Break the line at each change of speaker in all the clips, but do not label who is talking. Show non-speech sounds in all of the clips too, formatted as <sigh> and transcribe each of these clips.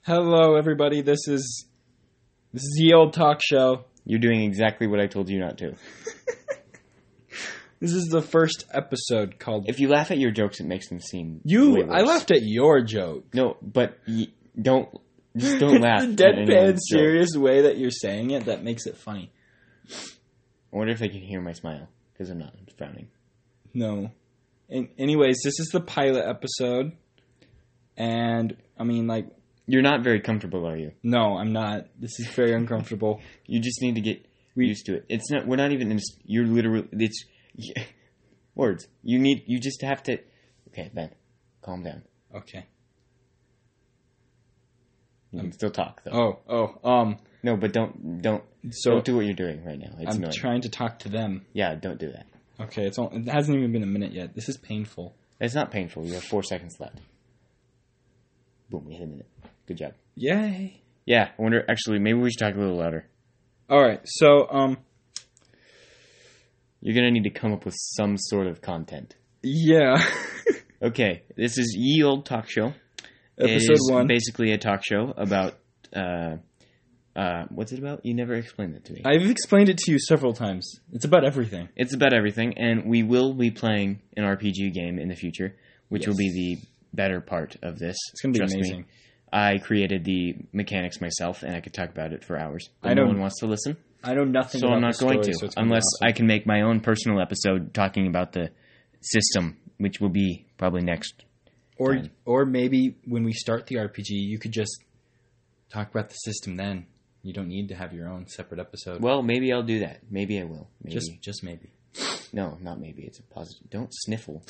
Hello, everybody. This is this is the old talk show.
You're doing exactly what I told you not to.
This is the first episode called.
If you laugh at your jokes, it makes them seem way
you,
worse.
I laughed at your joke.
No, but y- don't
<laughs>
just <laughs> don't laugh.
It's
at
the deadpan,
anyone's joke.
serious way that you're saying it that makes it funny.
I wonder if they can hear my smile because I'm not I'm frowning.
No. An anyways, this is the pilot episode, and I mean, like,
You're not very comfortable, are you?
no, I'm not. This is very
<laughs>
uncomfortable.
You just need to get
We-
used to it. It's not. We're not even. In, s- you're literally. It's <laughs> words. You need. You just have to. Okay, Ben, calm down.
Okay.
You can still talk though.
Oh, oh, um.
No, but don't don't
So
don't do what you're doing right now. It's
I'm
annoying.
trying to talk to them.
yeah, don't do that.
Okay, it's all, it hasn't even been a minute yet. This is painful.
It's not painful. You have four seconds left. Boom, we hit a minute. Good job.
Yay.
Yeah, I wonder. Actually, maybe we should talk a little louder.
All right. So, um
You're gonna need to come up with some sort of content.
yeah. <laughs>
Okay, this is Ye Old Talk Show. it
Episode
is
1.
basically a talk show about uh, uh, what's it about? You never explained it to me.
I've explained it to you several times. It's about everything.
it's about everything, and we will be playing an RPG game in the future, which will be
Yes.
the better part of this.
It's going to be
Trust me.
amazing.
I created the mechanics myself, and I could talk about it for hours. But
I
no
know-
one wants to listen.
I know nothing
so
about
I'm not
the
going
story,
to,
so it's gonna be
unless
awesome.
I can make my own personal episode talking about the system, which will be probably next.
or
Fine.
or maybe when we start the RPG, you could just talk about the system then. You don't need to have your own separate episode.
Well, maybe I'll do that. Maybe I will. Maybe.
just just maybe.
no, not maybe. It's a positive. Don't sniffle.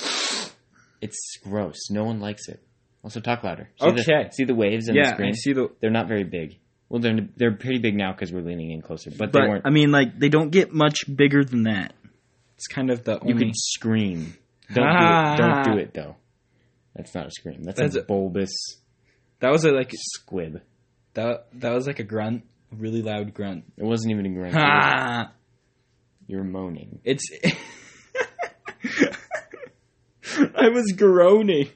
It's gross. No one likes it. Also, talk louder. See
Okay.
The, see the waves in the
yeah, I
screen.
see the
They're not very big. Well, they're they're pretty big now because we're leaning in closer. But, they
but
weren't.
I mean like they don't get much bigger than that. It's kind of the
you
only
could scream. Don't do it. Don't do it though. That's not a scream. That's,
That's
a
a-
bulbous
That was a like
squib.
that that was like a grunt, a really loud grunt.
It wasn't even a grunt.
Ah.
You're moaning. <laughs>
It's. I was
<laughs>
groaning.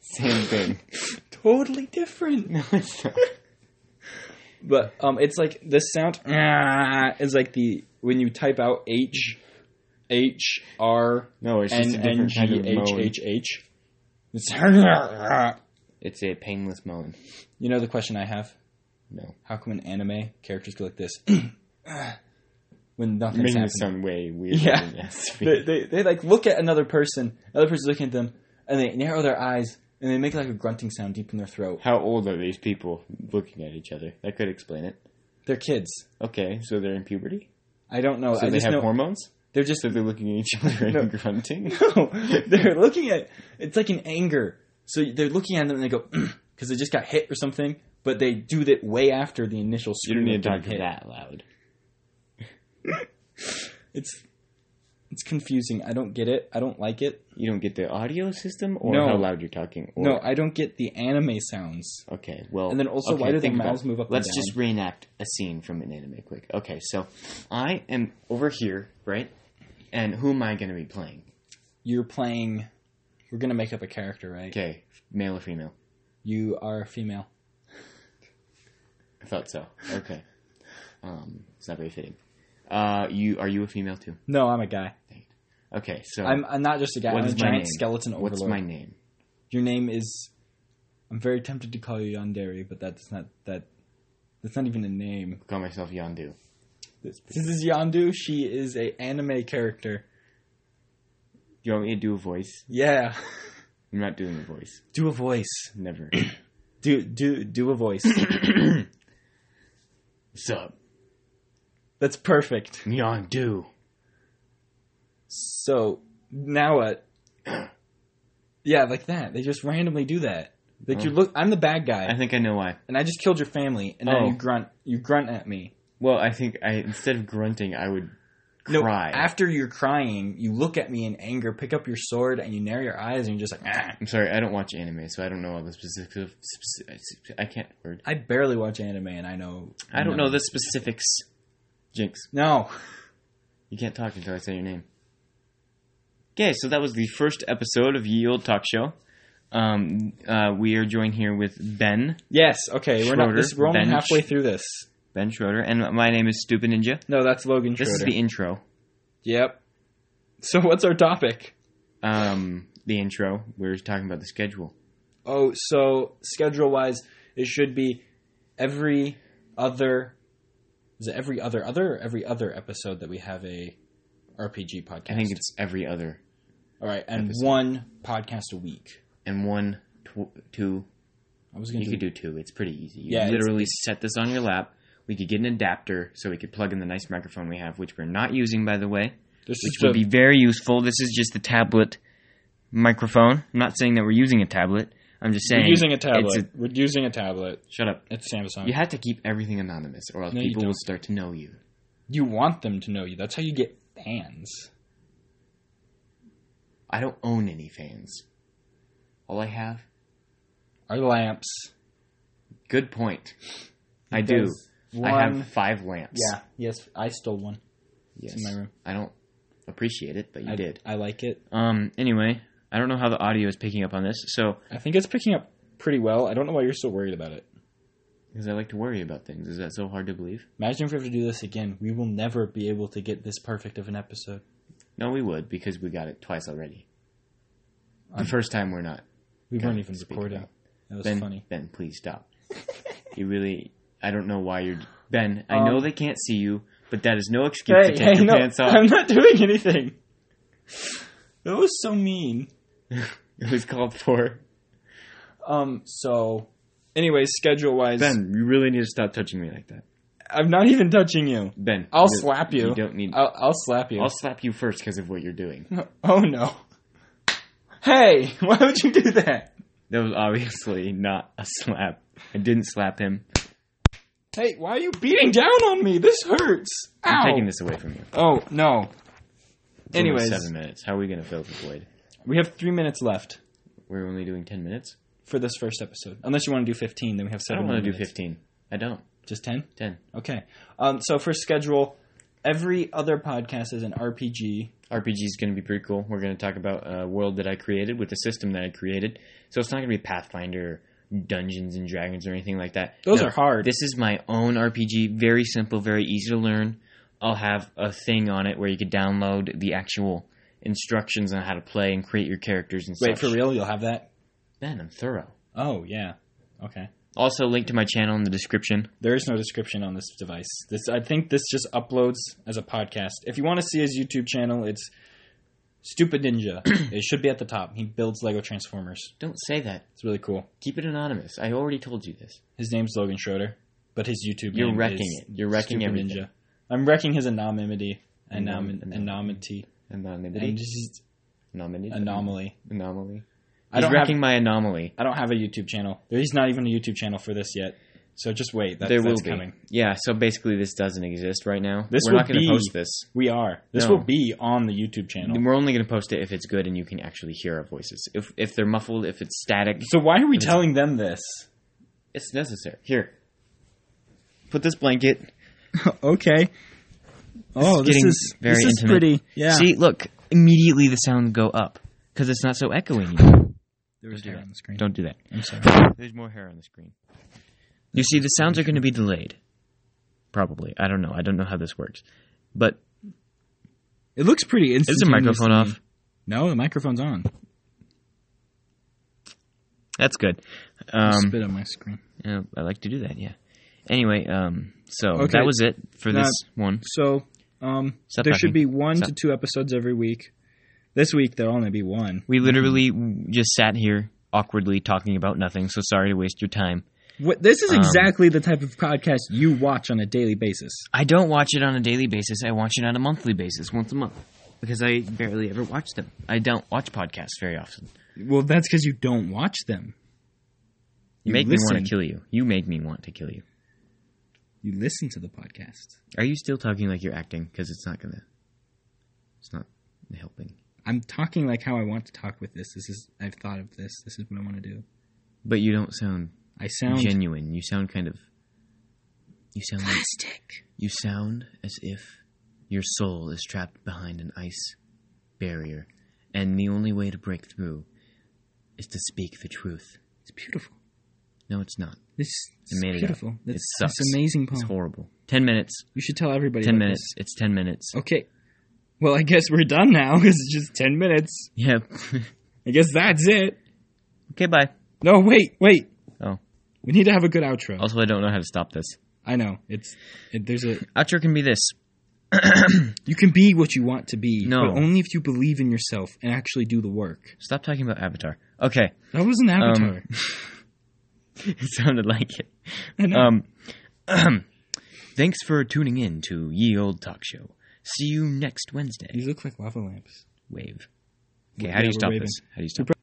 Same thing.
Totally different.
<laughs> no, it's not.
But um, it's like the sound ah, is like the when you type out H, H R
No, it's
N
just a
N
different
G
kind of
H
moan.
H H. It's <laughs> you
It's a painless moan.
know the question I have.
No,
How come in anime characters go like this <clears throat> Ah. when nothing's
making
happening?
it sound way weirder
Yeah.
than it has to be.
they, they, they like look at another person, another person's looking at them, and they narrow their eyes and they make like a grunting sound deep in their throat.
How old are these people looking at each other? That could explain it.
They're kids.
Okay, so they're in puberty.
I don't know.
So
I
they
just
have
know
hormones.
they're just <laughs>
So they're looking at each other and
No. <laughs>
grunting.
no. They're looking at it's like an anger. So they're looking at them and they go <clears throat> because they just got hit or something. But they do that way after the initial.
You don't
scream
need
of
to
being
talk
hit.
that loud.
It's it's confusing. I don't get it. I don't like it.
You don't get the audio system or
No.
how loud you're talking. Or,
No, I don't get the anime sounds.
Okay, well,
And then also,
okay,
why do their
think about
mouths
it.
move up and
Let's
down?
just reenact a scene from an anime quick. Okay, so I am over here, right? And who am I going to be playing?
You're playing. We're gonna make up a character, right?
Okay, male or female?
You are a female.
I thought so.
<laughs>
Okay, um, it's not very fitting. Uh, you are you a female too?
No, I'm a guy.
Okay, so
I'm, I'm not just a guy.
what
I'm
is
a
my
giant
name?
skeleton overlord.
what's my name?
Your name is. I'm very tempted to call you Yandere, but that's not that. That's not even a name.
I call myself Yondu.
This is Yandu. She is a anime character.
Do you want me to do a voice?
Yeah. <laughs>
I'm not doing a voice.
Do a voice. <coughs>
Never.
Do do do a
<coughs>
voice.
What's up,
that's perfect.
Yondu?
So now
<coughs>
what? Yeah, like that. They just randomly do that. Like
Oh.
you look. I'm the bad
I
guy,
think I know why.
and I just killed your family, and now
Oh.
you grunt. You grunt at me.
Well, I think I instead of grunting, I would
No,
cry.
after you're crying, you look at me in anger, pick up your sword, and you narrow your eyes, and you're just like, ah.
I'm sorry, I don't watch anime, so I don't know all the specifics. Of, speci- I can't word.
I barely watch anime, and I know.
I don't know the specifics. Jinx,
No.
you can't talk until I say your name. Okay, so that was the first episode of Ye Old Talk Show. Um, uh, we are joined here with Ben,
Yes. Okay. we're not.
Schroeder,
This, we're only
Bench.
halfway through this.
Ben Schroeder, and my name is Stupid Ninja.
No, that's Logan
This
Schroeder.
is the intro.
yep. So what's our topic?
Um, the intro. We are talking about the schedule.
Oh, so schedule wise, it should be every other. Is it every other other or every other episode that we have a RPG podcast?
I think it's every other
all right, and
episode.
one podcast a week.
and one, tw- two.
I was gonna
You
do,
could do two. It's pretty easy. You
Yeah, it's-
literally set this on your lap. We could get an adapter so we could plug in the nice microphone we have, which we're not using, by the way,
This
which
is
would
the-
be very useful. This is just the tablet microphone. I'm not saying that we're using a tablet. I'm just saying
we're using a
it's
tablet. we're using a tablet.
shut up.
It's Samsung.
You have to keep everything anonymous, or else
No, you
people
don't.
will start to know you.
You want them to know you. That's how you get fans.
I don't own any fans. All I have.
Our lamps.
Good point. I do.
Because One,
I have five lamps.
Yeah. Yes, I stole one.
Yes.
in my room.
I don't appreciate it, but you
I
did.
I like it.
Um. Anyway, I don't know how the audio is picking up on this, so
I think it's picking up pretty well. I don't know why you're so worried about it.
because I like to worry about things. Is that so hard to believe?
Imagine if we have to do this again. We will never be able to get this perfect of an episode.
No, we would because we got it twice already.
Um,
the first time we're not.
We
Okay,
weren't even
speak
recording.
about-
That was
ben,
funny.
Ben, please stop. you really. I don't know why you're. Ben, I know
Um,
they can't see you, but that is no excuse to take your pants off.
I'm not doing anything. <laughs> That was so mean.
<laughs> It was called for.
Um. So, anyways, schedule wise,
Ben, you really need to stop touching me like that.
I'm not even touching you.
Ben,
I'll
you-
slap you.
You don't need. I'll,
I'll, I'll slap you.
slap you first because of what you're doing.
<laughs> oh no. Hey, <laughs> why would you do that?
That was obviously not a slap. I didn't slap him.
Hey, why are you beating down on me? This hurts. Ow.
I'm taking this away from you.
Oh no.
It's only
Anyways,
seven minutes. How are we gonna fill the void?
we have three minutes left
We're only doing ten minutes.
for this first episode. Unless you want to do fifteen, then we have
I
seven.
don't want to do
minutes.
fifteen. I don't.
Just ten.
Ten.
Okay. Um. So for schedule, every other podcast is an RPG.
RPG is gonna be pretty cool. We're gonna talk about a world that I created with a system that I created. So it's not gonna be Pathfinder, Dungeons and Dragons, or anything like that.
Those
No,
are hard.
This is my own RPG, very simple, very easy to learn. I'll have a thing on it where you could download the actual instructions on how to play and create your characters and
Wait
such.
for real? You'll have that.
Ben, I'm thorough.
Oh yeah. Okay.
Also, link to my channel in the description.
There is no description on this device. This I think this just uploads as a podcast. If you want to see his YouTube channel, it's Stupid
<clears throat>
Ninja. it should be at the top. He builds Lego Transformers.
Don't say that.
It's really cool.
Keep it anonymous. I already told you this.
His name's Logan Schroeder, but his YouTube
You're
name
wrecking
is
it. You're wrecking
Stupid
everything.
Ninja. I'm wrecking his anonymity and
Anom-
anonymity and
Anonymity.
just
Anomaly.
anomaly.
Anomaly.
I
He's
don't
wrecking
have
my anomaly.
I don't have a YouTube channel. There's not even a YouTube channel for this yet. So just wait. That's,
there will
that's
be.
coming.
Yeah. So basically, this doesn't exist right now.
This
We're
will
not going
be-
to post this.
We are. This
No.
will be on the YouTube channel.
We're only going to post it if it's good and you can actually hear our voices. If if they're muffled, if it's static,
So why are we telling them this?
it's necessary. Here, put this blanket.
okay. Oh,
It's getting very intimate.
Yeah.
See, look, immediately the sound go up because it's not so echoey anymore.
there was hair on the screen.
Don't do that.
I'm sorry.
There's more hair on the screen. You see, the sounds are going to be delayed. Probably. I don't know. I don't know how this works. But
It looks pretty.
is the microphone off? Um,
No, the microphone's on.
That's good. Um,
Spit on my screen.
yeah, I like to do that, yeah. Anyway, um, so
Okay.
that was it for
Now-
this one.
So, um,
Stop
there
talking.
should be one to
Stop.
two episodes every week. This week there'll only be one.
We literally
Mm-hmm.
just sat here awkwardly talking about nothing, so sorry to waste your time.
What, this is
Um,
exactly the type of podcast you watch on a daily basis.
I don't watch it on a daily basis. I watch it on a monthly basis, once a month, because I barely ever watch them. I don't watch podcasts very often.
Well, that's because you don't watch them.
You
You
make me
listen.
want to kill you. You make me want to kill you.
You listen to the podcast.
Are you still talking like you're acting? Because it's not gonna. It's not helping.
I'm talking like how I want to talk with this. This is I've thought of this. This is what I want to do.
But you don't sound
I sound
genuine. You sound kind of. You sound. Like,
plastic.
you sound as if your soul is trapped behind an ice barrier, and the only way to break through is to speak the truth.
It's beautiful.
No, it's not.
This
I
is
made it up.
beautiful. This,
sucks.
This amazing poem.
It's horrible. Ten minutes.
we should tell everybody.
Ten
about
minutes.
this. Oh.
It's ten minutes.
Okay. Well, I guess we're done now <laughs> because it's just ten minutes.
Yeah. <laughs>
I guess that's it.
okay. Bye.
No, wait, wait.
Oh.
We need to have a good outro.
Also, I don't know how to stop this.
I know it's it, there's a
Outro can be this.
you can be what you want to be,
No.
but only if you believe in yourself and actually do the work.
Stop talking about Avatar. Okay. <laughs>
That was an
Um,
avatar.
it sounded like it.
I know.
Um, <clears throat> thanks for tuning in to Ye Old Talk Show. See you next Wednesday.
These look like lava lamps.
Wave. Okay,
Yeah,
how do you
we're
stop
waving.
this? How do you stop